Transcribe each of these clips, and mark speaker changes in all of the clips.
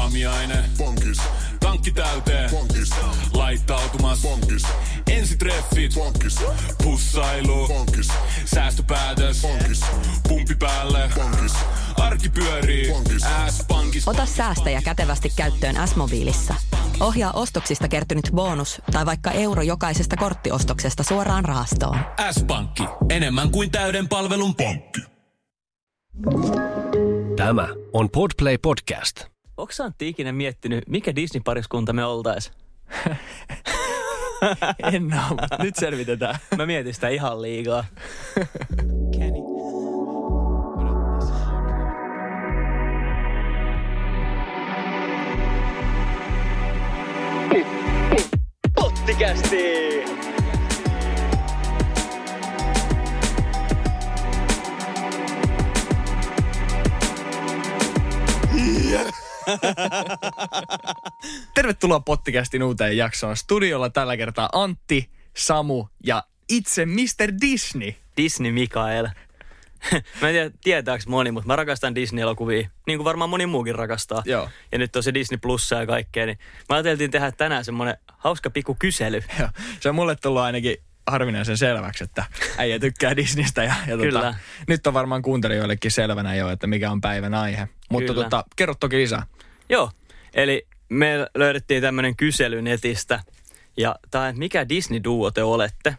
Speaker 1: aamiainen.
Speaker 2: Pankis,
Speaker 1: Tankki täyteen,
Speaker 2: pankis,
Speaker 1: laittautumas.
Speaker 2: pankis,
Speaker 1: Ensitreffit,
Speaker 2: pankis,
Speaker 1: pussailu,
Speaker 2: pankis,
Speaker 1: säästöpäätös.
Speaker 2: pankis,
Speaker 1: Pumpi päälle,
Speaker 2: pankis,
Speaker 1: arki pyörii,
Speaker 2: Pankis.
Speaker 1: S-pankki.
Speaker 3: Ota säästäjä kätevästi käyttöön S-mobiilissa. Ohjaa ostoksista kertynyt bonus tai vaikka euro jokaisesta korttiostoksesta suoraan rahastoon.
Speaker 1: S-pankki, enemmän kuin täyden palvelun pankki.
Speaker 4: Tämä on Podplay Podcast.
Speaker 5: Onko Antti ikinä miettinyt, mikä Disney-pariskunta me oltais?
Speaker 6: En ole, mutta nyt selvitetään.
Speaker 5: Mä mietin sitä ihan liikaa. Pottikästi!
Speaker 6: Tervetuloa Pottikästin uuteen jaksoon. Studiolla tällä kertaa Antti, Samu ja itse Mr. Disney.
Speaker 5: Disney Mikael. mä en tiedä, tietääks moni, mutta mä rakastan Disney-elokuvia, niin kuin varmaan moni muukin rakastaa.
Speaker 6: Joo.
Speaker 5: Ja nyt on se Disney Plussa ja kaikkea, niin mä ajateltiin tehdä tänään semmonen hauska pikku kysely.
Speaker 6: Joo, se on mulle tullut ainakin harvinaisen selväksi, että äijä tykkää Disneystä. Ja, ja
Speaker 5: Kyllä.
Speaker 6: Tota, nyt on varmaan kuuntelijoillekin selvänä jo, että mikä on päivän aihe. Mutta
Speaker 5: Kyllä.
Speaker 6: tota, kerro toki lisää.
Speaker 5: Joo, eli me löydettiin tämmöinen kysely netistä. Ja tämä, mikä Disney-duo te olette?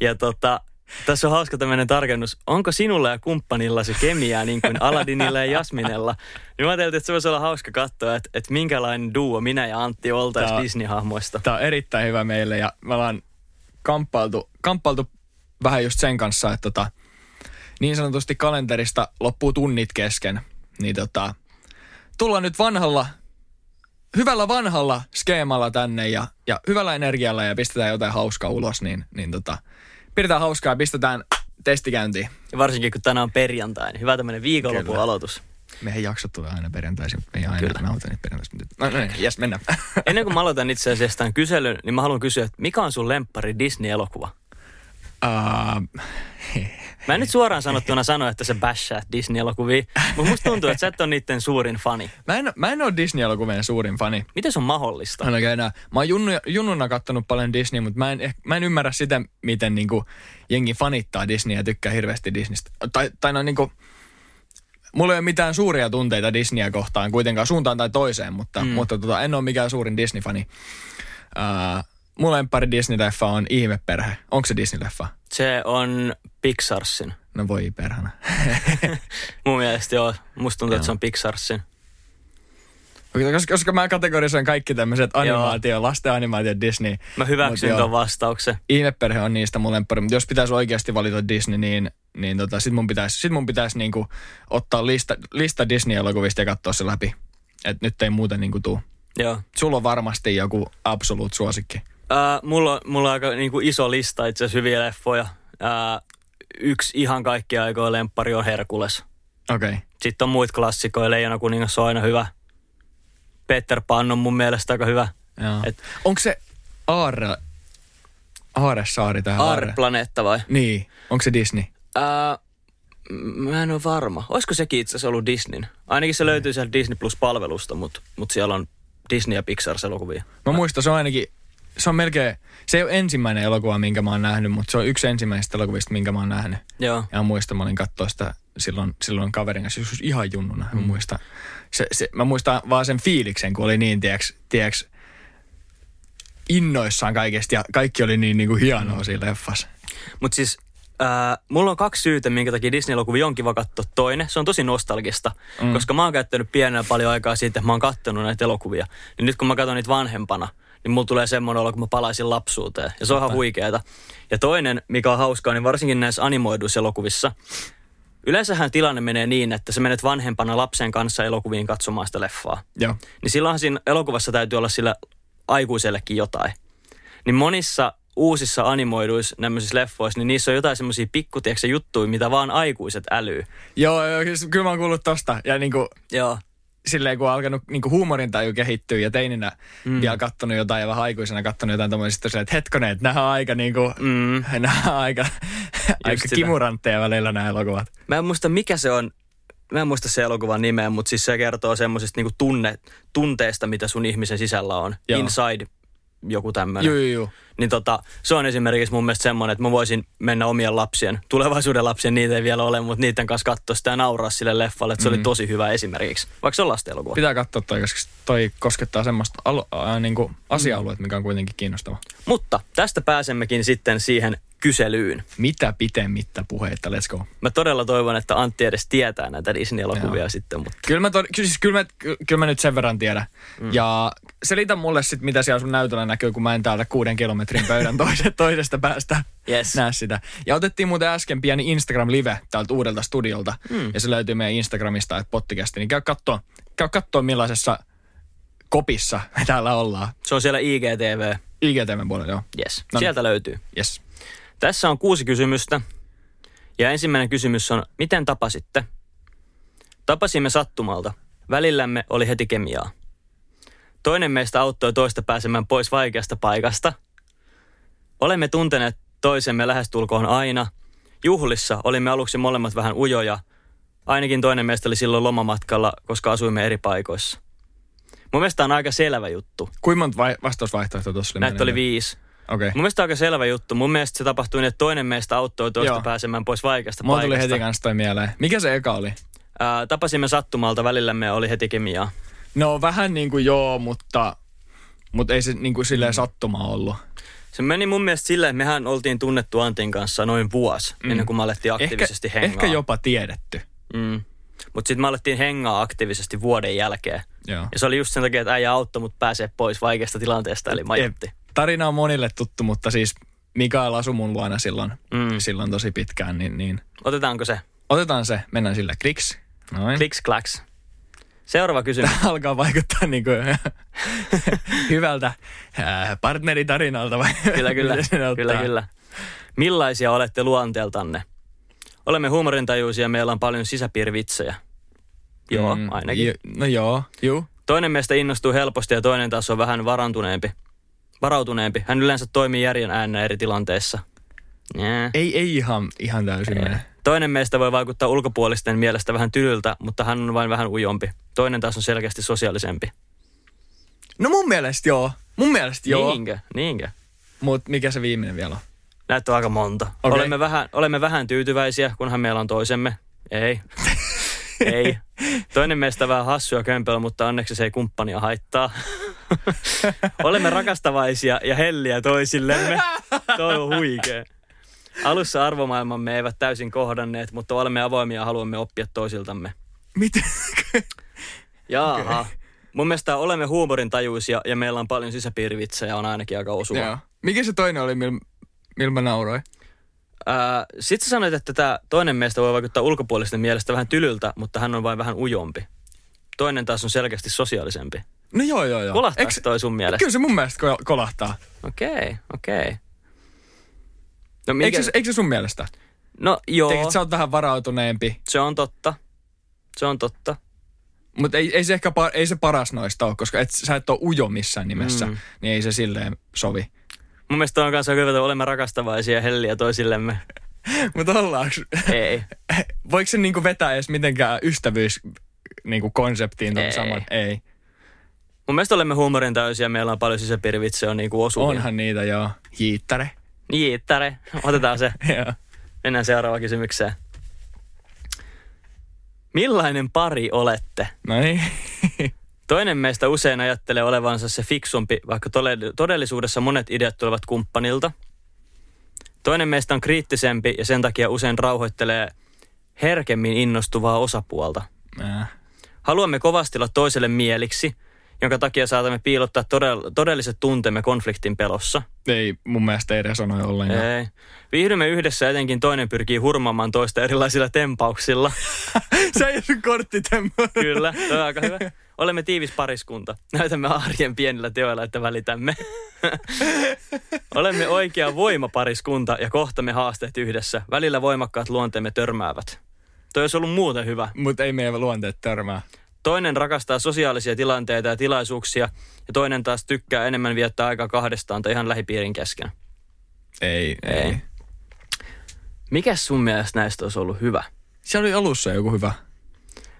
Speaker 5: Ja tota, tässä on hauska tämmöinen tarkennus. Onko sinulla ja kumppanillasi kemiaa niin kuin Aladinilla ja Jasminella? Niin mä ajattelin, että se voisi olla hauska katsoa, että, että minkälainen duo minä ja Antti oltaisiin
Speaker 6: Tää-
Speaker 5: Disney-hahmoista.
Speaker 6: Tämä on erittäin hyvä meille ja me ollaan kamppailtu, kamppailtu vähän just sen kanssa, että tota, niin sanotusti kalenterista loppuu tunnit kesken. Niin tota, tullaan nyt vanhalla, hyvällä vanhalla skeemalla tänne ja, ja hyvällä energialla ja pistetään jotain hauskaa ulos, niin, niin tota, pidetään hauskaa ja pistetään testikäyntiin.
Speaker 5: Ja varsinkin kun tänään on perjantai, niin hyvä tämmöinen viikonlopun
Speaker 6: Kyllä.
Speaker 5: aloitus.
Speaker 6: Meidän jaksot tulee aina perjantaisin, mutta me ei aina
Speaker 5: Kyllä.
Speaker 6: Kyllä. nauta niitä perjantaisin. mutta- No, no niin, jes, mennään.
Speaker 5: Ennen kuin mä aloitan itse asiassa tämän kyselyn, niin mä haluan kysyä, että mikä on sun lemppari Disney-elokuva?
Speaker 6: uh,
Speaker 5: Mä en nyt suoraan sanottuna sano, että sä bashaat Disney-elokuvia, mutta musta tuntuu, että sä et ole niiden suurin fani.
Speaker 6: mä, en, mä en ole Disney-elokuvien suurin fani.
Speaker 5: Miten se on mahdollista?
Speaker 6: Ainakaan enää. Mä oon junnu, junnuna kattonut paljon Disney, mutta mä en, eh- mä en ymmärrä sitä, miten niinku jengi fanittaa Disneyä ja tykkää hirveästi Disneystä. Tai, tai no niinku, mulla ei ole mitään suuria tunteita Disneyä kohtaan kuitenkaan suuntaan tai toiseen, mutta, mm. mutta tota, en ole mikään suurin Disney-fani. Uh, mulla lemppari Disney-leffa on Ihmeperhe. Onko se Disney-leffa?
Speaker 5: Se on Pixarsin.
Speaker 6: No voi perhana.
Speaker 5: Mun mielestä joo. Musta tuntuu, että se on Pixarsin.
Speaker 6: koska, koska mä kategorisoin kaikki tämmöiset animaatio, lasten animaatio Disney.
Speaker 5: Mä
Speaker 6: Mut
Speaker 5: hyväksyn
Speaker 6: joo.
Speaker 5: ton vastauksen.
Speaker 6: ihmeperhe on niistä mun lemppari, mutta jos pitäisi oikeasti valita Disney, niin, niin tota, sit mun pitäisi, sit mun pitäisi niinku ottaa lista, lista Disney-elokuvista ja katsoa se läpi. Et nyt ei muuten niinku tuu.
Speaker 5: Joo.
Speaker 6: Sulla on varmasti joku absoluut suosikki.
Speaker 5: Ää, mulla, on- mulla on aika niinku iso lista itse asiassa hyviä leffoja. Ää, yksi ihan kaikkia aikoja lemppari on Herkules.
Speaker 6: Okei. Okay.
Speaker 5: Sitten on muita klassikoja. Leijona kuningas on aina hyvä. Peter Pan on mun mielestä aika hyvä. Et-
Speaker 6: Onko se Aarre, Aarresaari tai Aarre?
Speaker 5: Aarreplaneetta vai?
Speaker 6: Niin. Onko se Disney?
Speaker 5: Ää, Äh, m- mä en ole varma. Olisiko sekin itse asiassa ollut Disneyn? Ainakin se löytyy sieltä Disney Plus-palvelusta, mutta mut siellä on Disney ja Pixar-elokuvia.
Speaker 6: Mä muistan, se on ainakin, se on melkein, se ei ole ensimmäinen elokuva, minkä mä oon nähnyt, mutta se on yksi ensimmäisistä elokuvista, minkä mä oon nähnyt.
Speaker 5: Joo.
Speaker 6: Ja mä muistan, mä olin katsoa sitä silloin, silloin kaverin kanssa, joskus ihan junnuna. Mm. Mä, muistan, se, se, mä muistan vaan sen fiiliksen, kun oli niin, tiiäks, tiiäks innoissaan kaikesta ja kaikki oli niin, niin kuin hienoa mm. siinä leffassa.
Speaker 5: Mutta siis ää, mulla on kaksi syytä, minkä takia Disney-elokuvia on kiva katsoa. Toinen, se on tosi nostalgista, mm. koska mä oon käyttänyt pienenä paljon aikaa siitä, että mä oon kattonut näitä elokuvia. Niin nyt kun mä katson niitä vanhempana, niin mulla tulee semmoinen olo, kun mä palaisin lapsuuteen. Ja se on ihan huikeeta. Ja toinen, mikä on hauskaa, niin varsinkin näissä animoiduissa elokuvissa, Yleensähän tilanne menee niin, että sä menet vanhempana lapsen kanssa elokuviin katsomaan sitä leffaa
Speaker 6: Joo.
Speaker 5: niin silloinhan siinä elokuvassa täytyy olla sillä aikuisellekin jotain. Niin monissa uusissa animoiduissa nämmöisissä leffoissa, niin niissä on jotain semmoisia pikkutiekse juttuja, mitä vaan aikuiset älyy.
Speaker 6: Joo, joo siis kyllä mä oon kuullut tosta. Ja niin kuin,
Speaker 5: Joo.
Speaker 6: silleen, kun on alkanut niin kuin huumorintaju kehittyä ja teininä mm. vielä kattonut jotain ja vähän aikuisena kattonut jotain tommoisista, silleen, että hetkonen, että nämä on aika, niin kuin,
Speaker 5: Mm.
Speaker 6: nämä on aika, aika
Speaker 5: sitä.
Speaker 6: kimurantteja välillä nämä elokuvat.
Speaker 5: Mä en muista, mikä se on. mä en muista se elokuvan nimeä, mutta siis se kertoo semmoisista niinku tunne, tunteista, mitä sun ihmisen sisällä on.
Speaker 6: Joo.
Speaker 5: Joo. Inside joku tämmöinen.
Speaker 6: Joo, joo, joo.
Speaker 5: Niin tota, se on esimerkiksi mun mielestä semmoinen, että mä voisin mennä omien lapsien, tulevaisuuden lapsien, niitä ei vielä ole, mutta niiden kanssa katsoa sitä ja nauraa sille leffalle, että se oli tosi hyvä esimerkiksi. Vaikka se on lastenelokuva.
Speaker 6: Pitää katsoa toi, koska toi koskettaa semmoista alo- äh, niinku asia-alueet, mikä on kuitenkin kiinnostava.
Speaker 5: Mutta tästä pääsemmekin sitten siihen kyselyyn.
Speaker 6: Mitä pitemmittä puheita, let's go.
Speaker 5: Mä todella toivon, että Antti edes tietää näitä
Speaker 6: Joo.
Speaker 5: Disney-elokuvia sitten, mutta
Speaker 6: Kyllä mä, tod- ky- siis kyllä, mä, ky- kyllä mä nyt sen verran tiedän. Mm. Ja selitä mulle sit, mitä siellä sun näytöllä näkyy, kun mä en täältä kuuden kilometrin pöydän toisesta, toisesta päästä
Speaker 5: Yes.
Speaker 6: näe sitä. Ja otettiin muuten äsken pieni Instagram-live täältä uudelta studiolta. Mm. Ja se löytyy meidän Instagramista, että pottikästi. Niin käy kattoo, käy kattoo millaisessa kopissa me täällä ollaan.
Speaker 5: se on siellä IGTV.
Speaker 6: IGTVn puolella, joo.
Speaker 5: Yes,
Speaker 6: No niin.
Speaker 5: sieltä löytyy.
Speaker 6: Yes.
Speaker 5: Tässä on kuusi kysymystä. Ja ensimmäinen kysymys on, miten tapasitte? Tapasimme sattumalta. Välillämme oli heti kemiaa. Toinen meistä auttoi toista pääsemään pois vaikeasta paikasta. Olemme tunteneet toisemme lähestulkoon aina. Juhlissa olimme aluksi molemmat vähän ujoja. Ainakin toinen meistä oli silloin lomamatkalla, koska asuimme eri paikoissa. Mun mielestä tää on aika selvä juttu.
Speaker 6: Kuinka monta vai- vastausvaihtoehtoa tuossa oli?
Speaker 5: Näitä oli
Speaker 6: meneillään?
Speaker 5: viisi.
Speaker 6: Okei. Okay.
Speaker 5: Mun mielestä aika selvä juttu. Mun mielestä se tapahtui niin, että toinen meistä auttoi toista
Speaker 6: Joo.
Speaker 5: Joo. pääsemään pois vaikeasta
Speaker 6: Mulla tuli
Speaker 5: paikasta.
Speaker 6: heti kanssa toi mieleen. Mikä se eka oli?
Speaker 5: Ää, tapasimme sattumalta, välillämme oli heti kemiaa.
Speaker 6: No vähän niin kuin joo, mutta, mutta ei se niin kuin
Speaker 5: Mm.
Speaker 6: silleen sattumaa ollut.
Speaker 5: Se meni mun mielestä silleen, että mehän oltiin tunnettu Antin kanssa noin vuosi, mm. ennen kuin me alettiin aktiivisesti
Speaker 6: ehkä,
Speaker 5: hengaa.
Speaker 6: ehkä jopa tiedetty.
Speaker 5: Mm. Mutta sitten me alettiin hengaa aktiivisesti vuoden jälkeen.
Speaker 6: Joo.
Speaker 5: Ja se oli just sen takia, että äijä auttoi mut pääsee pois vaikeasta tilanteesta, eli majotti.
Speaker 6: Jep. Tarina on monille tuttu, mutta siis Mikael asui mun luona silloin, mm.
Speaker 5: Mm.
Speaker 6: silloin tosi pitkään, niin, niin
Speaker 5: Otetaanko se?
Speaker 6: otetaan se, mennään sillä kliks. Noin.
Speaker 5: Kliks klaks. Seuraava kysymys.
Speaker 6: Alkaa vaikuttaa niin kuin hyvältä äh, partneritarinalta. Vai
Speaker 5: kyllä, kyllä,
Speaker 6: miten sen
Speaker 5: kyllä,
Speaker 6: ottaa?
Speaker 5: kyllä. Millaisia olette luonteeltanne? Olemme huumorintajuisia, meillä on paljon sisäpiirvitsejä. Joo,
Speaker 6: Mm,
Speaker 5: ainakin.
Speaker 6: jo- no joo, juu.
Speaker 5: Toinen meistä innostuu helposti ja toinen taas on vähän varantuneempi. Varautuneempi. Hän yleensä toimii järjen äänellä eri tilanteissa. Yeah.
Speaker 6: Ei, ei ihan, ihan täysin
Speaker 5: Eh.
Speaker 6: mene.
Speaker 5: Toinen meistä voi vaikuttaa ulkopuolisten mielestä vähän tylyltä, mutta hän on vain vähän ujompi. Toinen taas on selkeästi sosiaalisempi.
Speaker 6: No mun mielestä joo. Mun mielestä joo. Niin.
Speaker 5: Niinkö? Niinkö?
Speaker 6: Mutta mikä se viimeinen vielä on?
Speaker 5: Näitä on aika monta.
Speaker 6: Okei.
Speaker 5: Okay. Olemme, vähän, olemme vähän tyytyväisiä, kunhan meillä on toisemme. Ei. ei. Toinen meistä on vähän hassu ja kömpelö, mutta onneksi se ei kumppania haittaa. olemme rakastavaisia ja helliä toisillemme. Toi on huikea. Alussa arvomaailmamme eivät täysin kohdanneet, mutta olemme avoimia ja haluamme oppia toisiltamme.
Speaker 6: Mitä?
Speaker 5: Jaaha. Okay. Mun mielestä olemme huumorintajuisia ja meillä on paljon sisäpiirivitsejä, on ainakin aika osuva.
Speaker 6: Joo. Mikä se toinen oli, millä mil mä nauroin?
Speaker 5: Sitten Äh, sä sanoit, että tämä toinen meistä voi vaikuttaa ulkopuolisten mielestä vähän tylyltä, mutta hän on vain vähän ujompi. Toinen taas on selkeästi sosiaalisempi.
Speaker 6: No joo, joo, joo.
Speaker 5: Kolahtaako
Speaker 6: Eks-
Speaker 5: toi sun mielestä?
Speaker 6: Kyllä se mun mielestä ko- kolahtaa.
Speaker 5: Okei, okay, okei. Okay. No, mikä...
Speaker 6: Eikö se, eikö se sun mielestä?
Speaker 5: no joo,
Speaker 6: Tiedätkö, että sä oot vähän varautuneempi,
Speaker 5: se on totta. Se on totta.
Speaker 6: mutta ei, ei, se ehkä par, ei se paras noista ole, koska et, sä et ole ujo missään nimessä, mm.
Speaker 5: Mm.
Speaker 6: niin ei se silleen sovi.
Speaker 5: Mun mielestä toi on kanssa hyvä, että olemme rakastavaisia ja helliä toisillemme.
Speaker 6: Mutta ollaanko,
Speaker 5: Ei.
Speaker 6: voiko se niinku vetää edes mitenkään ystävyys niinku konseptiin ton
Speaker 5: Ei.
Speaker 6: saman? Ei.
Speaker 5: Mun mielestä olemme huumorin täysiä, meillä on paljon sisäpiirivitsejä, on niinku osuvia.
Speaker 6: Onhan niitä joo. Hiittare.
Speaker 5: Jiittare. Otetaan se.
Speaker 6: joo.
Speaker 5: Mennään seuraavaan kysymykseen. Millainen pari olette?
Speaker 6: No niin.
Speaker 5: Toinen meistä usein ajattelee olevansa se fiksumpi, vaikka tole- todellisuudessa monet ideat tulevat kumppanilta. Toinen meistä on kriittisempi ja sen takia usein rauhoittelee herkemmin innostuvaa osapuolta.
Speaker 6: Äh.
Speaker 5: Haluamme kovasti olla toiselle mieliksi, jonka takia saatamme piilottaa todell- todelliset tunteemme konfliktin pelossa.
Speaker 6: Ei mun mielestä ei resonoi ollenkaan.
Speaker 5: Ei. Viihdymme yhdessä etenkin toinen pyrkii hurmaamaan toista erilaisilla tempauksilla.
Speaker 6: Se ei ole sun korttitempo.
Speaker 5: Kyllä, toi on aika hyvä. Olemme tiivis pariskunta. Näytämme arjen pienillä teoilla, että välitämme. Olemme oikea voimapariskunta ja kohtamme haasteet yhdessä. Välillä voimakkaat luonteemme törmäävät. Toi olisi ollut muuten hyvä.
Speaker 6: Mutta ei meidän luonteet törmää.
Speaker 5: Toinen rakastaa sosiaalisia tilanteita ja tilaisuuksia, ja toinen taas tykkää enemmän viettää aikaa kahdestaan tai ihan lähipiirin kesken.
Speaker 6: Ei,
Speaker 5: Ei. Mikäs sun mielestä näistä olisi ollut hyvä?
Speaker 6: Se oli alussa joku hyvä.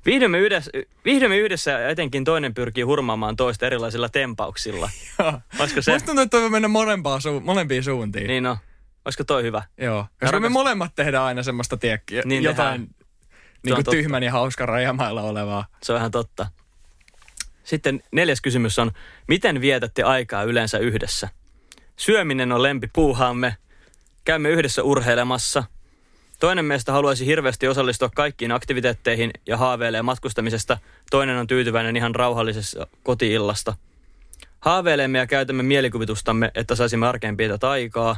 Speaker 5: Viihdymme yhdessä, viihdymme yhdessä ja etenkin toinen pyrkii hurmaamaan toista erilaisilla tempauksilla. Olisiko se?
Speaker 6: Musta tuntuu, että toi voi mennä molempaan su- molempiin suuntiin.
Speaker 5: Niin no. Olisiko toi hyvä?
Speaker 6: Joo. Koska me
Speaker 5: rakas-
Speaker 6: molemmat tehdään aina semmoista tiekkiä,
Speaker 5: Niin
Speaker 6: niin
Speaker 5: tehdään.
Speaker 6: jotain
Speaker 5: Se on
Speaker 6: niin kuin
Speaker 5: totta.
Speaker 6: tyhmän ja hauskan rajamailla olevaa.
Speaker 5: Se on ihan totta. Sitten neljäs kysymys on, miten vietätte aikaa yleensä yhdessä? Syöminen on lempipuuhaamme. Käymme yhdessä urheilemassa. Toinen meistä haluaisi hirveästi osallistua kaikkiin aktiviteetteihin ja haaveilee matkustamisesta. Toinen on tyytyväinen ihan rauhallisessa kotiillasta. Haaveilemme ja käytämme mielikuvitustamme, että saisimme arkeen pientä aikaa.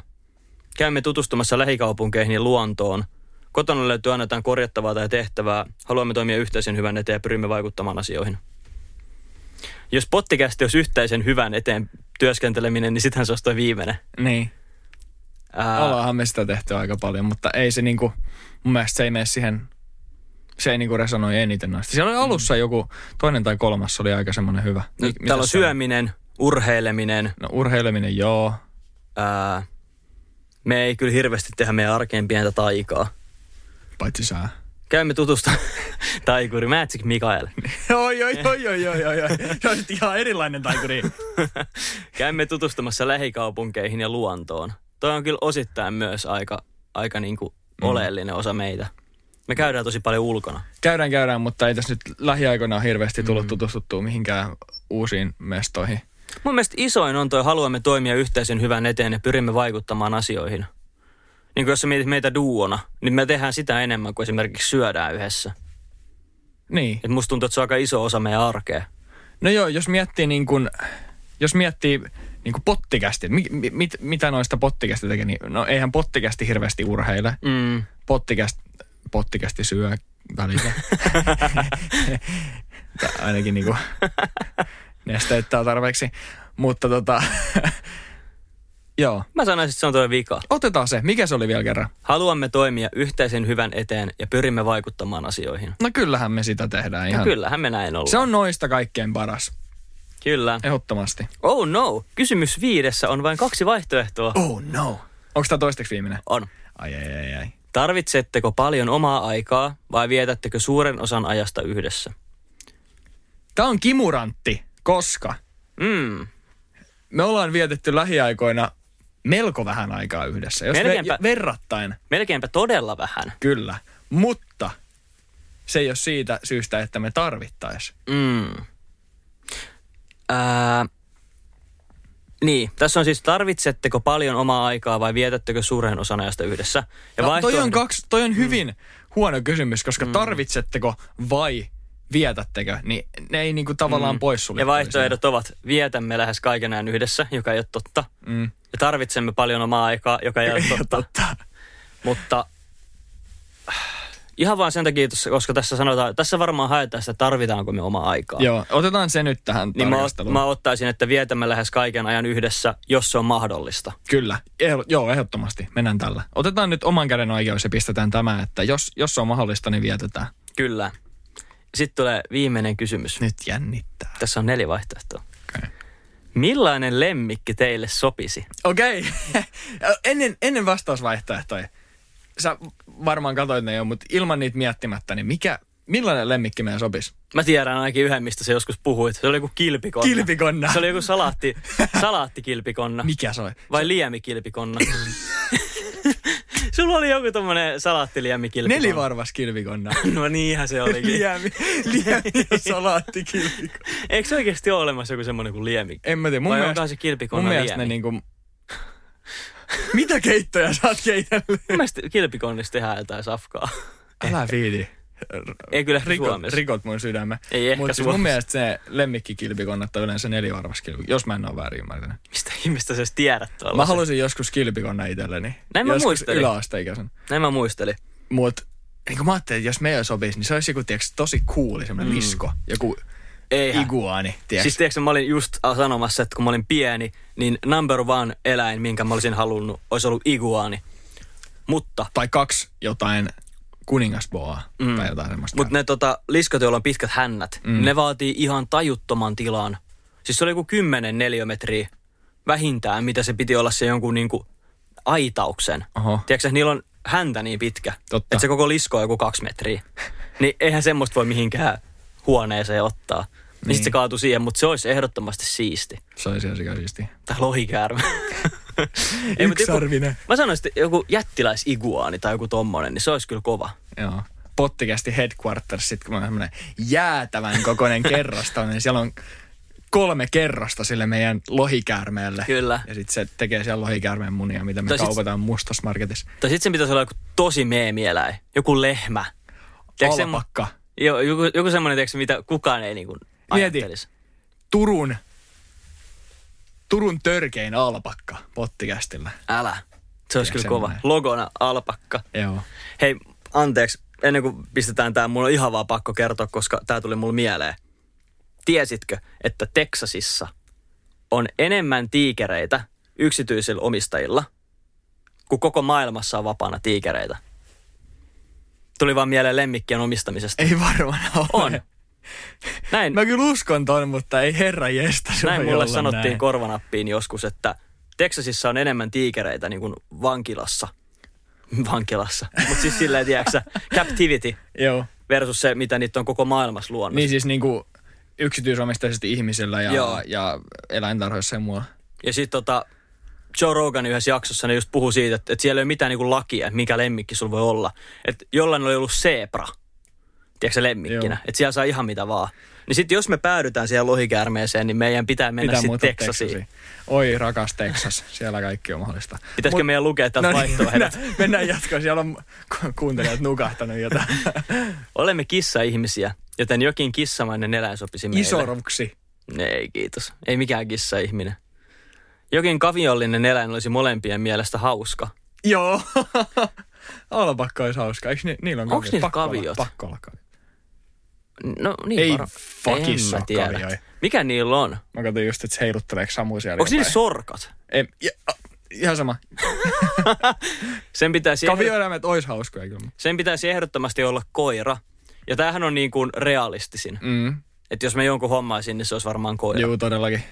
Speaker 5: Käymme tutustumassa lähikaupunkeihin ja luontoon. Kotona löytyy aina jotain korjattavaa tai tehtävää. Haluamme toimia yhteisen hyvän eteen ja pyrimme vaikuttamaan asioihin. Jos pottikästi olisi yhteisen hyvän eteen työskenteleminen, niin sitähän se olisi toi viimeinen.
Speaker 6: Niin.
Speaker 5: Ää,
Speaker 6: Ollaanhan me sitä tehty aika paljon, mutta ei se niinku, mun mielestä se ei mene siihen, se ei niinku resonoi eniten noista. Siellä oli alussa joku toinen tai kolmas oli aika semmoinen hyvä. Mi-
Speaker 5: nyt
Speaker 6: mitäs
Speaker 5: täällä on
Speaker 6: se oli?
Speaker 5: syöminen, urheileminen.
Speaker 6: No urheileminen, joo.
Speaker 5: Ää, me ei kyllä hirveästi tehdä meidän arkeen pientä taikaa.
Speaker 6: Paitsi sää.
Speaker 5: Käymme tutusta taikuri Magic Mikael.
Speaker 6: oi, oi, oi, oi, oi, oi, oi. Se on nyt ihan erilainen taikuri.
Speaker 5: Käymme tutustumassa lähikaupunkeihin ja luontoon. Toi on kyllä osittain myös aika, aika niin kuin
Speaker 6: Mm.
Speaker 5: oleellinen osa meitä. Me käydään tosi paljon ulkona.
Speaker 6: käydään, käydään, mutta ei tässä nyt lähiaikoina ole hirveästi tullut tutustuttua mihinkään uusiin mestoihin.
Speaker 5: Mun mielestä isoin on toi haluamme toimia yhteisen hyvän eteen ja pyrimme vaikuttamaan asioihin. Niin kuin jos sä mietit meitä duona, niin me tehdään sitä enemmän kuin esimerkiksi syödään yhdessä.
Speaker 6: Niin.
Speaker 5: Et musta tuntuu, että se on aika iso osa meidän arkea.
Speaker 6: No joo, jos miettii niin kuin, jos miettii niin kuin pottikästi, mi, mi, mit, mitä noista pottikästi tekee, niin no eihän pottikästi hirveästi urheile.
Speaker 5: Mm.
Speaker 6: Pottikästi, pottikästi syö välillä. Tai ainakin niin kuin nesteyttää tarpeeksi. Mutta tota, joo.
Speaker 5: Mä sanoisin, että se on toi vika.
Speaker 6: Otetaan se. Mikä se oli vielä kerran?
Speaker 5: Haluamme toimia yhteisen hyvän eteen ja pyrimme vaikuttamaan asioihin.
Speaker 6: No kyllähän me sitä tehdään
Speaker 5: Ja
Speaker 6: ihan.
Speaker 5: kyllähän me näin ollaan.
Speaker 6: Se on noista kaikkein paras.
Speaker 5: Kyllä.
Speaker 6: Ehdottomasti.
Speaker 5: Oh no, kysymys viidessä on vain kaksi vaihtoehtoa.
Speaker 6: Oh no. Onko tämä toisteksi viimeinen?
Speaker 5: On.
Speaker 6: Ai, ai, ai, ai.
Speaker 5: Tarvitsetteko paljon omaa aikaa vai vietättekö suuren osan ajasta yhdessä?
Speaker 6: Tämä on kimurantti, koska
Speaker 5: Mm.
Speaker 6: me ollaan vietetty lähiaikoina melko vähän aikaa yhdessä. Jos
Speaker 5: Melkeinpä-
Speaker 6: ver- verrattain,
Speaker 5: Melkeinpä todella vähän.
Speaker 6: kyllä. Mutta se ei ole siitä syystä, että me tarvittaisiin.
Speaker 5: Mm. Ää, niin, tässä on siis tarvitsetteko paljon omaa aikaa vai vietättekö suuren osan ajasta yhdessä? Ja
Speaker 6: No, toi,
Speaker 5: vaihtoehdot-
Speaker 6: on kaksi, toi
Speaker 5: Mm.
Speaker 6: on hyvin huono kysymys, koska tarvitsetteko vai vietättekö, niin ne ei niinku tavallaan mm. poissulje.
Speaker 5: ja vaihtoehdot ovat vietämme lähes kaiken ajan yhdessä, joka ei ole totta.
Speaker 6: Mm.
Speaker 5: Ja tarvitsemme paljon omaa aikaa, joka ei ole totta.
Speaker 6: Totta.
Speaker 5: Mutta äh, ihan vaan sen takia, tos- koska tässä sanotaan, tässä varmaan haetaan sitä, tarvitaanko me omaa aikaa.
Speaker 6: Joo, otetaan se nyt tähän
Speaker 5: Niin mä, ot-
Speaker 6: tarkasteluun.
Speaker 5: mä ottaisin, että vietämme lähes kaiken ajan yhdessä, jos se on mahdollista.
Speaker 6: Kyllä, Ehdo, joo, ehdottomasti. Mennään tällä. Otetaan nyt oman käden oikeus ja pistetään tämä, että jos, jos on mahdollista, niin vietetään.
Speaker 5: Kyllä. Sitten tulee viimeinen kysymys.
Speaker 6: Nyt jännittää.
Speaker 5: Tässä on neljä vaihtoehtoa.
Speaker 6: Okei.
Speaker 5: Millainen lemmikki teille sopisi?
Speaker 6: Okei, ennen, ennen vastausvaihtoehtoja. Sä varmaan katsoit ne jo, mutta ilman niitä miettimättä, niin mikä, millainen lemmikki meidän sopisi?
Speaker 5: Mä tiedän ainakin yhden, mistä sä joskus puhuit. Se oli joku kilpikonna.
Speaker 6: Kilpikonna.
Speaker 5: Se oli joku salaatti, salaattikilpikonna.
Speaker 6: Mikä se on?
Speaker 5: Vai liemikilpikonna? Sulla oli joku tommonen salaattiliemmikilpikonna.
Speaker 6: Nelivarvas kilpikonna.
Speaker 5: No niinhän se olikin.
Speaker 6: Liemi, liemi ja salaattikilpikonna.
Speaker 5: Eikö se oikeasti ole olemassa joku semmoinen kuin liemi?
Speaker 6: En mä tiedä, mun
Speaker 5: Vai
Speaker 6: mielestä,
Speaker 5: onkohan se kilpikonna
Speaker 6: mun mielestä
Speaker 5: liemi?
Speaker 6: ne niinku... Mitä keittoja sä oot keitellyt?
Speaker 5: Mun mielestä kilpikonnista tehdään jotain safkaa.
Speaker 6: Älä viidi.
Speaker 5: Ei kyllä
Speaker 6: Rikot,
Speaker 5: Suomessa.
Speaker 6: rikot mun sydämen.
Speaker 5: Ei ehkä
Speaker 6: Mutta siis
Speaker 5: Suomessa.
Speaker 6: mun mielestä se lemmikkikilpi kannattaa yleensä nelivarvas kilpi, jos mä en ole väärin ymmärtänyt.
Speaker 5: Mistä ihmistä sä edes tiedät tuolla?
Speaker 6: Mä halusin joskus kilpikonna itselleni.
Speaker 5: Näin mä
Speaker 6: joskus
Speaker 5: muistelin.
Speaker 6: yläasteikäisen.
Speaker 5: Näin mä muistelin.
Speaker 6: Mut niin kun mä ajattelin, että jos meidän sopisi, niin se olisi joku tiiäks, tosi cool, semmoinen lisko. Joku
Speaker 5: Mm. Eihän.
Speaker 6: iguani, tiiäks.
Speaker 5: Siis tiedätkö, mä olin just äh, sanomassa, että kun mä olin pieni, niin number one eläin, minkä mä olisin halunnut, olisi ollut iguaani. Mutta,
Speaker 6: tai kaksi jotain kuningasboaa mm. tai jotain semmoista.
Speaker 5: mutta ne tota, liskot, joilla on pitkät hännät, mm. ne vaatii ihan tajuttoman tilan. Siis se oli joku 10 neliömetriä vähintään, mitä se piti olla se jonkun niinku aitauksen.
Speaker 6: Oho.
Speaker 5: Tiedätkö, niillä on häntä niin pitkä,
Speaker 6: Totta.
Speaker 5: että se koko lisko on joku kaksi metriä. Niin eihän semmoista voi mihinkään huoneeseen ottaa. Niin, niin. sitten se kaatui siihen, mutta se olisi ehdottomasti siisti.
Speaker 6: Se olisi ihan sikäsiisti.
Speaker 5: Tai lohikäärme. Ei, mut joku-
Speaker 6: Yksarvinen.
Speaker 5: Mä sanoisin, että joku jättiläisiguaani tai joku tommonen, niin se olisi kyllä kova.
Speaker 6: Joo. Pottikästi headquarters, sit kun on semmoinen jäätävän kokoinen kerrosto, niin siellä on kolme kerrosta sille meidän lohikäärmeelle.
Speaker 5: Kyllä.
Speaker 6: Ja sitten se tekee siellä lohikäärmeen munia, mitä me
Speaker 5: Tai sit-
Speaker 6: kaupataan mustasmarketissa.
Speaker 5: Tai sitten sen pitäisi olla joku tosi meemieläin, joku lehmä. Tiedätkö semmo-
Speaker 6: Alpakka.
Speaker 5: Joo, joku, joku semmoinen, tiedätkö, mitä kukaan ei niinku ajattelisi.
Speaker 6: Turun, Turun törkein alpakka pottikästillä.
Speaker 5: Älä. Se olisi
Speaker 6: Tiedätkö
Speaker 5: kyllä kova.
Speaker 6: semmonen?
Speaker 5: Logona alpakka.
Speaker 6: Joo.
Speaker 5: Hei, anteeksi, ennen kuin pistetään tämä, mulla on ihan vaan pakko kertoa, koska tämä tuli mulle mieleen. Tiesitkö, että Teksasissa on enemmän tiikereitä yksityisillä omistajilla, kun koko maailmassa on vapaana tiikereitä? Tuli vaan mieleen lemmikkien omistamisesta.
Speaker 6: Ei varmaan ole.
Speaker 5: On. Näin,
Speaker 6: Mä kyllä uskon ton, mutta ei herra jestä. se
Speaker 5: näin
Speaker 6: voi
Speaker 5: mulle
Speaker 6: olla
Speaker 5: sanottiin
Speaker 6: näin.
Speaker 5: korvanappiin joskus, että Teksasissa on enemmän tiikereitä niin kuin vankilassa. Vankilassa. Mutta siis silleen, tiedäksä, captivity
Speaker 6: Joo.
Speaker 5: versus se, mitä niitä on koko maailmassa luonnossa.
Speaker 6: Niin siis niinku yksityisomisteisesti ihmisillä ja,
Speaker 5: Joo.
Speaker 6: ja eläintarhoissa ja muualla.
Speaker 5: Ja sitten tota, Joe Rogan yhdessä jaksossa ne just puhui siitä, että, että siellä ei ole mitään niinku lakia, että mikä lemmikki sulla voi olla. Että jollain oli ollut zebra, tiedätkö se lemmikkinä,
Speaker 6: Joo.
Speaker 5: että siellä saa ihan mitä vaan. Niin sitten jos me päädytään siihen lohikäärmeeseen, niin meidän pitää mennä
Speaker 6: Pitää
Speaker 5: sitten
Speaker 6: muuttaa
Speaker 5: Teksasiin.
Speaker 6: Oi rakas Texas, siellä kaikki on mahdollista.
Speaker 5: Pitäisikö
Speaker 6: Mut-
Speaker 5: meidän lukea täältä
Speaker 6: niin,
Speaker 5: vaihtoehdot?
Speaker 6: mennään- mennään jatkoon, siellä on ku- kuuntelijat nukahtanut jotain.
Speaker 5: Olemme kissa-ihmisiä, joten jokin kissamainen eläin sopisi meille.
Speaker 6: Isorvuksi.
Speaker 5: Ei kiitos. Ei mikään kissa-ihminen. Jokin kaviollinen eläin olisi molempien mielestä hauska.
Speaker 6: Joo. Alpakka olisi hauska. Eikö ni, niillä on
Speaker 5: Onks
Speaker 6: kaviot?
Speaker 5: niillä
Speaker 6: pakko olla-
Speaker 5: kaviot?
Speaker 6: pakko olla kaviot.
Speaker 5: No niin
Speaker 6: Ei
Speaker 5: varo-
Speaker 6: fakissa
Speaker 5: En mä
Speaker 6: ole
Speaker 5: tiedä.
Speaker 6: kavioi.
Speaker 5: Mikä niillä on?
Speaker 6: Mä katsoin just, että se heilutteleeko Samu siellä
Speaker 5: Onko niillä
Speaker 6: jotain.
Speaker 5: sorkat?
Speaker 6: Ei, ja, a, ihan sama.
Speaker 5: Sen pitäisi, ehdot-
Speaker 6: Kavioeläimet olisi hauskoja kyllä. mutta-
Speaker 5: sen pitäisi ehdottomasti olla koira. Ja tämähän on niin kuin realistisin.
Speaker 6: Mm.
Speaker 5: Että jos mä jonkun hommaisin, niin se olisi varmaan koira.
Speaker 6: Joo, todellakin.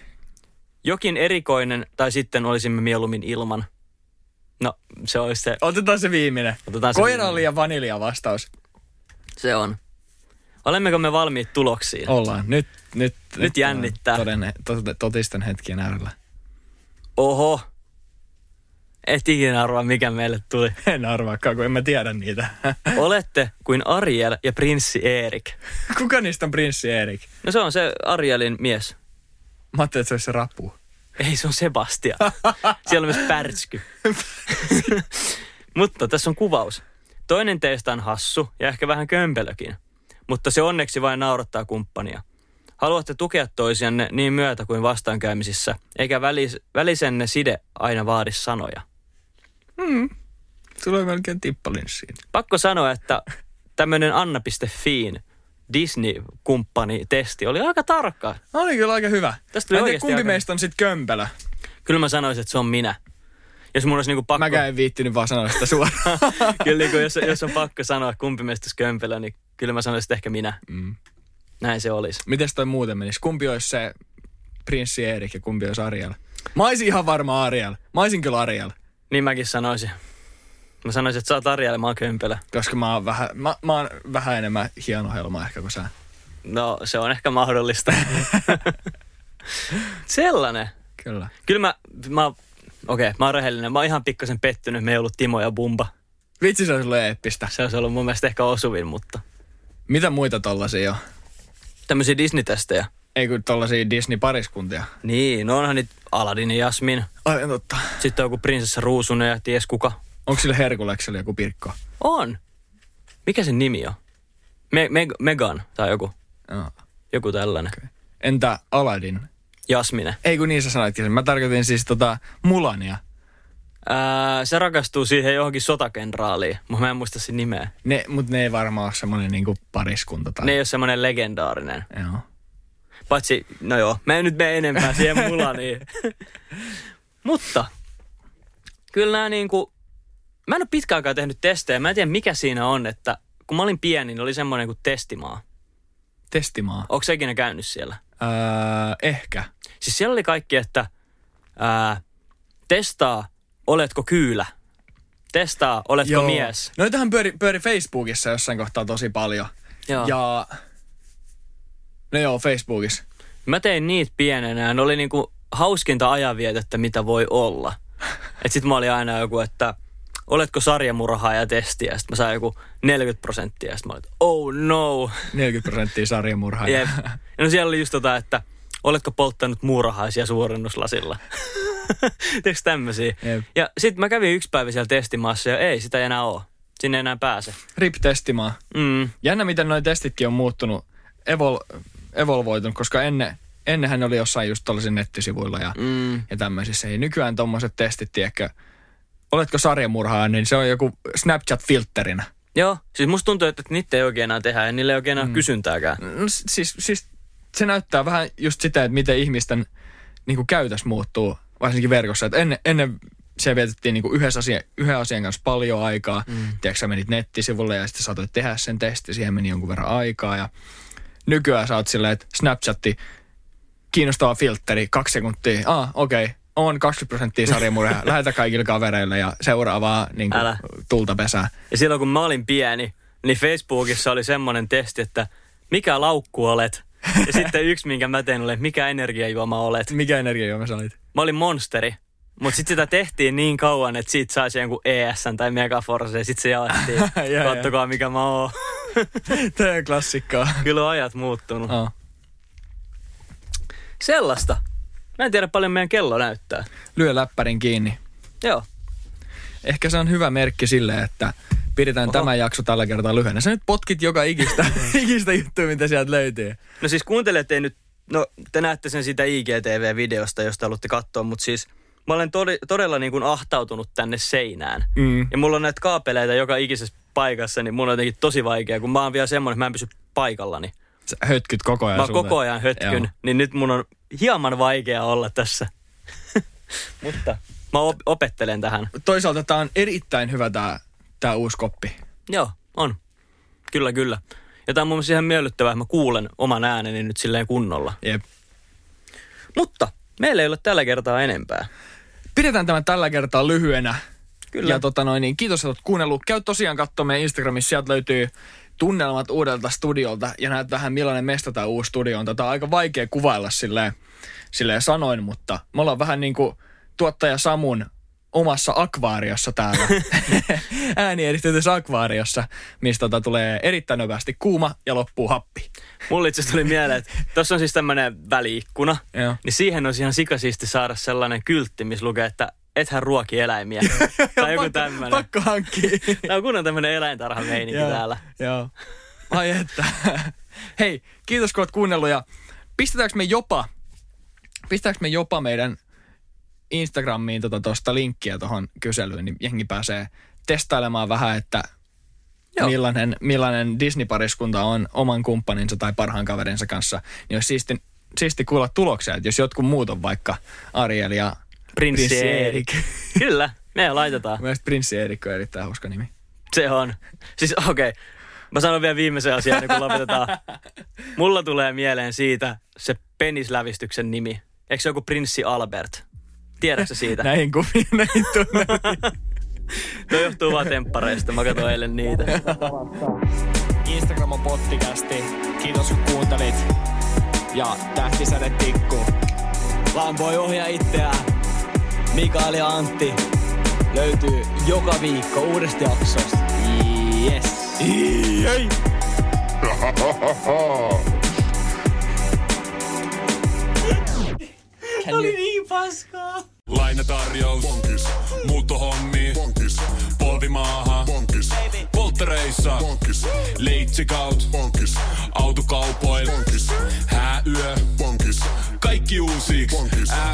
Speaker 5: Jokin erikoinen, tai sitten olisimme mieluummin ilman. No, se olisi se.
Speaker 6: Otetaan se viimeinen.
Speaker 5: Otetaan se
Speaker 6: Koira
Speaker 5: viimeinen.
Speaker 6: on liian vanilja vastaus.
Speaker 5: Se on. Olemmeko me valmiit tuloksiin?
Speaker 6: Ollaan. Nyt, nyt,
Speaker 5: jännittää.
Speaker 6: Todenne, to, to- totisten hetkien äärellä.
Speaker 5: Oho. Et ikinä arvaa, mikä meille tuli.
Speaker 6: En arvaakaan, kun en mä tiedä niitä.
Speaker 5: Olette kuin Ariel ja prinssi Erik.
Speaker 6: Kuka niistä on prinssi Erik?
Speaker 5: No se on se Arielin mies.
Speaker 6: Mä ajattelin, että se olisi se rapu.
Speaker 5: Ei, se on Sebastian. Siellä on myös pärsky. Mutta tässä on kuvaus. Toinen teistä on hassu ja ehkä vähän kömpelökin, mutta se onneksi vain naurattaa kumppania. Haluatte tukea toisianne niin myötä kuin vastaankäymisissä, eikä välis, välisenne side aina vaadi sanoja.
Speaker 6: Tulee melkein tippalinssiin.
Speaker 5: Pakko sanoa, että tämmöinen Anna.fiin Disney-kumppani-testi oli aika tarkka.
Speaker 6: No, Oli kyllä aika hyvä.
Speaker 5: Tästä tuli
Speaker 6: Mä en tiedä,
Speaker 5: oikeasti
Speaker 6: kumpi
Speaker 5: aika-
Speaker 6: meistä on sitten kömpelö.
Speaker 5: Kyllä mä sanoisin, että se on minä. Jos mun olisi niinku pakko...
Speaker 6: Mäkään en viittinyt vaan sanoa sitä suoraan.
Speaker 5: kyllä niin kuin jos, jos on pakko sanoa, kumpi meistä olisi kömpelö, niin kyllä mä sanoisin, että ehkä minä.
Speaker 6: Mm.
Speaker 5: Näin se olisi.
Speaker 6: Mites toi muuten menisi? Kumpi olisi se prinssi Erik ja kumpi olisi Ariel? Mä oisin ihan varma Ariel. Mä oisin kyllä Ariel.
Speaker 5: Niin mäkin sanoisin. Mä sanoisin, että sä oot Arjel, mä oon kömpelö.
Speaker 6: Koska mä oon vähän, mä, mä oon vähän enemmän hieno helma ehkä kuin sä.
Speaker 5: No, se on ehkä mahdollista. Sellainen.
Speaker 6: Kyllä.
Speaker 5: Kyllä mä, mä okei, mä oon rehellinen. Mä oon ihan pikkasen pettynyt, me ei ollut Timo ja Bumba.
Speaker 6: Vitsi se olisi ollut eeppistä.
Speaker 5: Se olisi ollut mun mielestä ehkä osuvin, mutta
Speaker 6: Mitä muita tollasia on?
Speaker 5: tämmöisiä Disney-testejä.
Speaker 6: Ei kun tollasia Disney-pariskuntia.
Speaker 5: Niin, no onhan nyt Aladin ja Jasmin.
Speaker 6: Ai totta.
Speaker 5: Sitten on joku prinsessa Ruusunen ja ties kuka.
Speaker 6: Onko sillä Herkuleksella joku pirkko?
Speaker 5: On. Mikä sen nimi on? Me- me- Megan tai joku.
Speaker 6: Joo.
Speaker 5: Joku tällainen. Okay.
Speaker 6: Entä Aladdin?
Speaker 5: Jasmine.
Speaker 6: Ei kun niin sä sanoitkin sen. Mä tarkoitin siis tota Mulania.
Speaker 5: Ää, se rakastuu siihen johonkin sotakenraaliin, mutta mä en muista sen nimeä.
Speaker 6: Ne, mut ne ei varmaan ole semmonen niinku pariskunta tai...
Speaker 5: Ne ei ole semmoinen legendaarinen.
Speaker 6: Joo.
Speaker 5: Paitsi, no joo, mä en nyt mene enempää siihen Mulaniin. mutta kyllä nämä niinku, mä en ole pitkään aikaa tehnyt testejä. Mä en tiedä mikä siinä on, että kun mä olin pieni, niin oli semmoinen kuin testimaa.
Speaker 6: Testimaa.
Speaker 5: Onko sä ikinä käynyt siellä?
Speaker 6: Öö, ehkä.
Speaker 5: Siis siellä oli kaikki, että ää, testaa, oletko kyylä. Testaa, oletko Joo. mies.
Speaker 6: No Noitahan pyöri, pyöri Facebookissa jossain kohtaa tosi paljon.
Speaker 5: Joo.
Speaker 6: Ja no joo, Facebookissa.
Speaker 5: Mä tein niitä pienenä ja ne oli niinku hauskinta ajanvietettä, mitä voi olla. Et sit mä olin aina joku, että oletko sarjamurhaaja testiä? Sitten mä sain joku 40 prosenttia. Sitten mä olin, että oh no.
Speaker 6: 40 prosenttia sarjamurhaa.
Speaker 5: Jep. Ja no siellä oli just tota, että oletko polttanut muurahaisia suurennuslasilla. Tiedätkö tämmöisiä?
Speaker 6: Jep.
Speaker 5: Ja sitten mä kävin yksi päivä siellä testimaassa ja ei sitä ei enää oo. Sinne ei enää pääse.
Speaker 6: Rip testimaan.
Speaker 5: Mm.
Speaker 6: Jännä, miten noi testitkin on muuttunut, evol, evolvoitunut, koska ennen, ennenhän ne oli jossain just tällaisilla nettisivuilla ja,
Speaker 5: Mm.
Speaker 6: ja tämmöisissä. Ja nykyään tommoset testit, tiedätkö, oletko sarjamurhaaja, niin se on joku Snapchat-filtterinä.
Speaker 5: Joo, siis musta tuntuu, että niitä ei oikein enää tehdä ja niillä ei oikein enää mm. kysyntääkään.
Speaker 6: No, s- siis, siis se näyttää vähän just sitä, että miten ihmisten niin kuin käytös muuttuu, varsinkin verkossa. Et ennen, ennen se vietettiin niin kuin yhdessä asia, yhden asian kanssa paljon aikaa. Mm. Tiedätkö, sä menit nettisivulle ja sitten saatoit tehdä sen testi, siihen meni jonkun verran aikaa. Ja nykyään sä oot silleen, että Snapchatti, kiinnostava filtteri, kaksi sekuntia. Ah, okei, okay. on 20 prosenttia sarjamurhaa. Lähetä kaikille kavereille ja seuraavaa niin kuin,
Speaker 5: Älä.
Speaker 6: tulta pesää.
Speaker 5: Ja silloin kun mä olin pieni, niin Facebookissa oli semmoinen testi, että mikä laukku olet? Ja sitten yksi, minkä mä tein, oli, että mikä energiajuoma olet?
Speaker 6: Mikä energiajuoma sä olit?
Speaker 5: Mä olin monsteri. Mutta sitten sitä tehtiin niin kauan, että siitä saisi jonkun ES tai Megaforce ja sitten se jaettiin.
Speaker 6: jaa.
Speaker 5: Kattokaa mikä mä oon.
Speaker 6: Tämä on klassikkaa.
Speaker 5: Kyllä on ajat muuttunut.
Speaker 6: Oh.
Speaker 5: Sellaista. Mä en tiedä paljon meidän kello näyttää.
Speaker 6: Lyö läppärin kiinni.
Speaker 5: Joo.
Speaker 6: ehkä se on hyvä merkki sille, että pidetään Oho. tämä jakso tällä kertaa lyhyenä. Sä nyt potkit joka ikistä, ikistä juttua, mitä sieltä löytyy.
Speaker 5: No siis kuuntelette nyt, no te näette sen siitä IGTV-videosta, josta haluatte katsoa, mutta siis mä olen tod- todella niin kuin ahtautunut tänne seinään.
Speaker 6: Mm.
Speaker 5: Ja mulla on näitä kaapeleita joka ikisessä paikassa, niin mulla on jotenkin tosi vaikea, kun mä oon vielä semmoinen, että mä en pysy paikallani.
Speaker 6: Sä hötkyt koko ajan
Speaker 5: Mä
Speaker 6: sulle.
Speaker 5: koko ajan hötkyn,
Speaker 6: Joo.
Speaker 5: niin nyt mun on hieman vaikea olla tässä. mutta mä op- opettelen tähän.
Speaker 6: Toisaalta tää on erittäin hyvä tää, tää uusi koppi.
Speaker 5: Joo, on. Kyllä, kyllä. Ja tää on mun mielestä ihan miellyttävää, että mä kuulen oman ääneni nyt silleen kunnolla.
Speaker 6: Jep.
Speaker 5: Mutta meillä ei ole tällä kertaa enempää.
Speaker 6: Pidetään tämä tällä kertaa lyhyenä.
Speaker 5: Kyllä.
Speaker 6: Ja tota noin, niin kiitos, että oot kuunnellut. Käy tosiaan katsomaan meidän Instagramissa, sieltä löytyy tunnelmat uudelta studiolta ja näet vähän millainen mesta tämä uusi studio on. Tätä on aika vaikea kuvailla silleen, silleen sanoin, mutta me ollaan vähän niin kuin tuottaja Samun omassa akvaariossa täällä. Äänieristetyssä akvaariossa, mistä tota tulee erittäin nopeasti kuuma ja loppuu happi.
Speaker 5: Mulle itse asiassa tuli mieleen, että tuossa on siis tämmöinen väliikkuna,
Speaker 6: Joo.
Speaker 5: niin siihen olisi ihan sikasiisti saada sellainen kyltti, missä lukee, että ethän ruoki eläimiä. tai joku tämmöinen.
Speaker 6: Pakko hankkia.
Speaker 5: Tämä on kunnon tämmöinen eläintarhameininki
Speaker 6: Joo,
Speaker 5: Niin täällä.
Speaker 6: Joo. Ai että. Hei, kiitos kun oot kuunnellut ja pistetäänkö me jopa, pistetäänkö me jopa meidän Instagramiin tuosta tota tosta linkkiä tuohon kyselyyn, niin jengi pääsee testailemaan vähän, että
Speaker 5: Joo.
Speaker 6: millainen, millainen Disney-pariskunta on oman kumppaninsa tai parhaan kaverinsa kanssa, niin olisi siisti, siisti kuulla tuloksia, että jos jotkut muut on vaikka Ariel ja
Speaker 5: Prinssi Erik. Kyllä, me laitetaan.
Speaker 6: Mielestäni Prinssi Erik on erittäin hauska nimi.
Speaker 5: Se on. Siis okei. Okay. Mä sanon vielä viimeisen asian, ennen kuin lopetetaan. Mulla tulee mieleen siitä se penislävistyksen nimi. Eikö se joku Prinssi Albert? Tiedätkö sä siitä?
Speaker 6: Näihin kuviin, näihin tunne.
Speaker 5: Tuo johtuu vaan temppareista. Mä katsoin eilen niitä.
Speaker 6: Instagram on pottikästi. Kiitos kun kuuntelit. Ja tähtisäde tikku.
Speaker 5: vaan voi ohjaa itseään. Mikael ja Antti löytyy joka viikko uudesta jaksosta. Yes.
Speaker 6: Jei!
Speaker 1: Lainatarjous. Bonkis. Muuttohommi. Bonkis. Polvimaaha. Bonkis. Polttereissa. Bonkis. Leitsikaut. Bonkis. Autokaupoil. Bonkis. Hääyö. Bonkis. Kaikki uusi.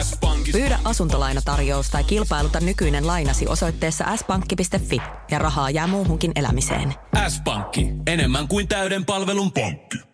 Speaker 1: S-pankki.
Speaker 3: Pyydä asuntolainatarjous tai kilpailuta nykyinen lainasi osoitteessa s-pankki.fi ja rahaa jää muuhunkin elämiseen.
Speaker 1: S-pankki. Enemmän kuin täyden palvelun pankki.